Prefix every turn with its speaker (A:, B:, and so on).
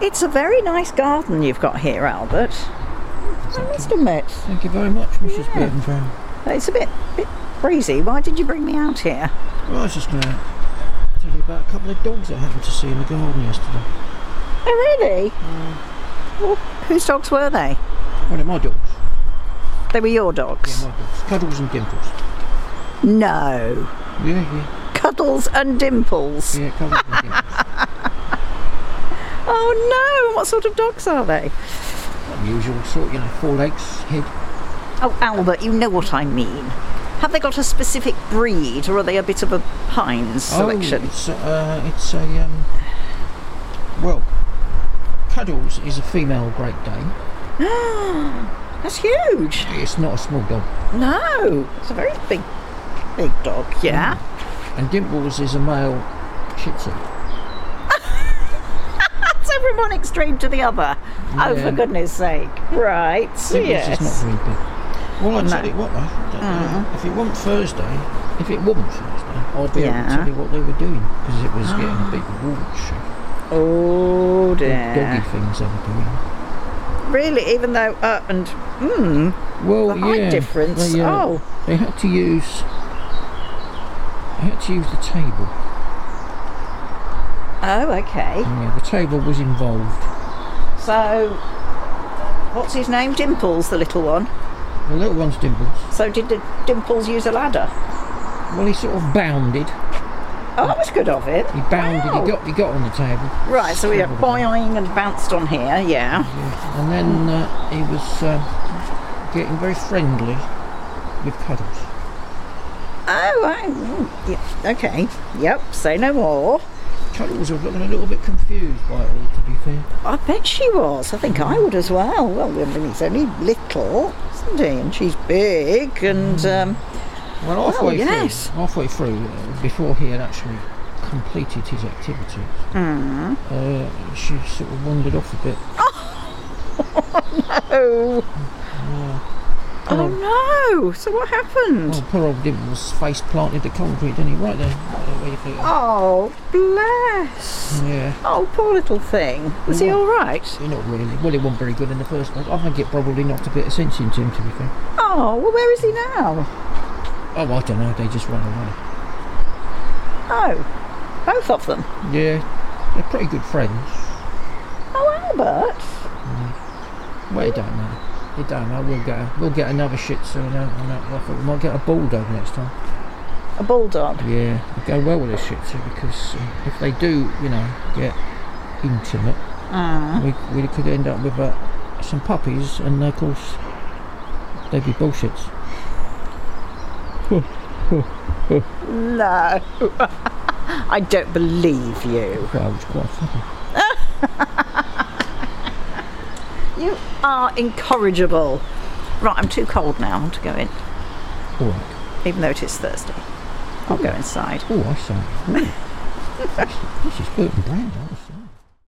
A: It's a very nice garden you've got here, Albert. I must admit,
B: Thank you very much, Mrs.
A: Yeah.
B: Burton.
A: it's a bit, bit breezy. Why did you bring me out here?
B: Well, I was just going to tell you about a couple of dogs that I happened to see in the garden yesterday.
A: Oh, really? Well, whose dogs were they?
B: One of my dogs.
A: They were your dogs.
B: Yeah, my dogs. Cuddles and Dimples.
A: no.
B: Yeah, yeah.
A: Cuddles and dimples.
B: Yeah, Cuddles and Dimples.
A: Oh no! What sort of dogs are they?
B: The usual sort, you know, four legs, head.
A: Oh, Albert, you know what I mean. Have they got a specific breed, or are they a bit of a Heinz
B: Oh,
A: selection?
B: it's, uh, it's a, um, well, Cuddles is a female Great Dane.
A: That's huge.
B: It's not a small dog.
A: No, it's a very big, big dog. Yeah.
B: And Dimples is a male Shih Tzu.
A: That's everyone extreme to the other. Oh,
B: Yeah.
A: for goodness sake. Right.
B: Dimples
A: yes. Mm.
B: is not very big. Well, I
A: No.
B: tell you what, though, I don't know, if it wasn't Thursday, if it wasn't Thursday, I'd be able
A: Yeah.
B: to tell you what they were doing because it was getting a bit raunchy.
A: Oh,
B: Yeah.
A: dear.
B: Doggy things they were doing.
A: Really, even though, uh, and, mm,
B: Well,
A: The height
B: yeah,
A: difference,
B: They, uh,
A: oh.
B: they had to use. They had to use the table.
A: oh, okay.
B: Yeah, the table was involved.
A: So, what's his name? Dimples, the little one.
B: The little one's dimples.
A: So, did the Dimples use a ladder?
B: Well, he sort of bounded.
A: Oh, that was good of it.
B: He bounded.
A: Wow.
B: He got. He got on the table.
A: Right, so we were
B: Straddled him.
A: boing and bounced on here, yeah.
B: Yeah, And then uh, he was uh, getting very friendly with Cuddles.
A: Oh, I, mm, yeah, okay. Yep, say no more.
B: Cuddles was looking a little bit confused by it all, to be fair.
A: I bet she was. I think I would as well. Well, I mean, he's only little, isn't he? And she's big, and um,
B: Well, halfway
A: yes.
B: through, halfway through, uh, before he had actually completed his activities,
A: Mm-hmm.
B: uh, she sort of wandered off a bit.
A: oh, oh no! So what happened?
B: Well, poor old Dimples face planted the concrete, didn't he? Right there, right there where your feet are.
A: Oh, bless!
B: Yeah,
A: Oh, poor little thing. Was he
B: What?
A: all right?
B: not really. Well, he wasn't very good in the first place. I think it probably knocked a bit of sense into him, to be fair.
A: Oh, well, where is he now?
B: Oh, I don't know. They just ran away.
A: Oh, both of them.
B: Yeah, they're pretty good friends.
A: Oh, Albert.
B: Well, it don't matter. It don't matter. We'll get a, we'll get another shih tzu and that, and that. I think we might get a bulldog next time.
A: A bulldog.
B: Yeah, it'd go well with a shih tzu because uh, if they do, you know, get intimate, we, we could end up with uh, some puppies, and of course they'd be bullshits.
A: No. I don't believe you.
B: Well, it's quite funny.
A: You are incorrigible. Right, I'm too cold now. I want to go in,
B: All right.
A: even though it is Thursday. I'll go inside.
B: Oh, I say. Ooh. this, this is Burton Brand. Honestly.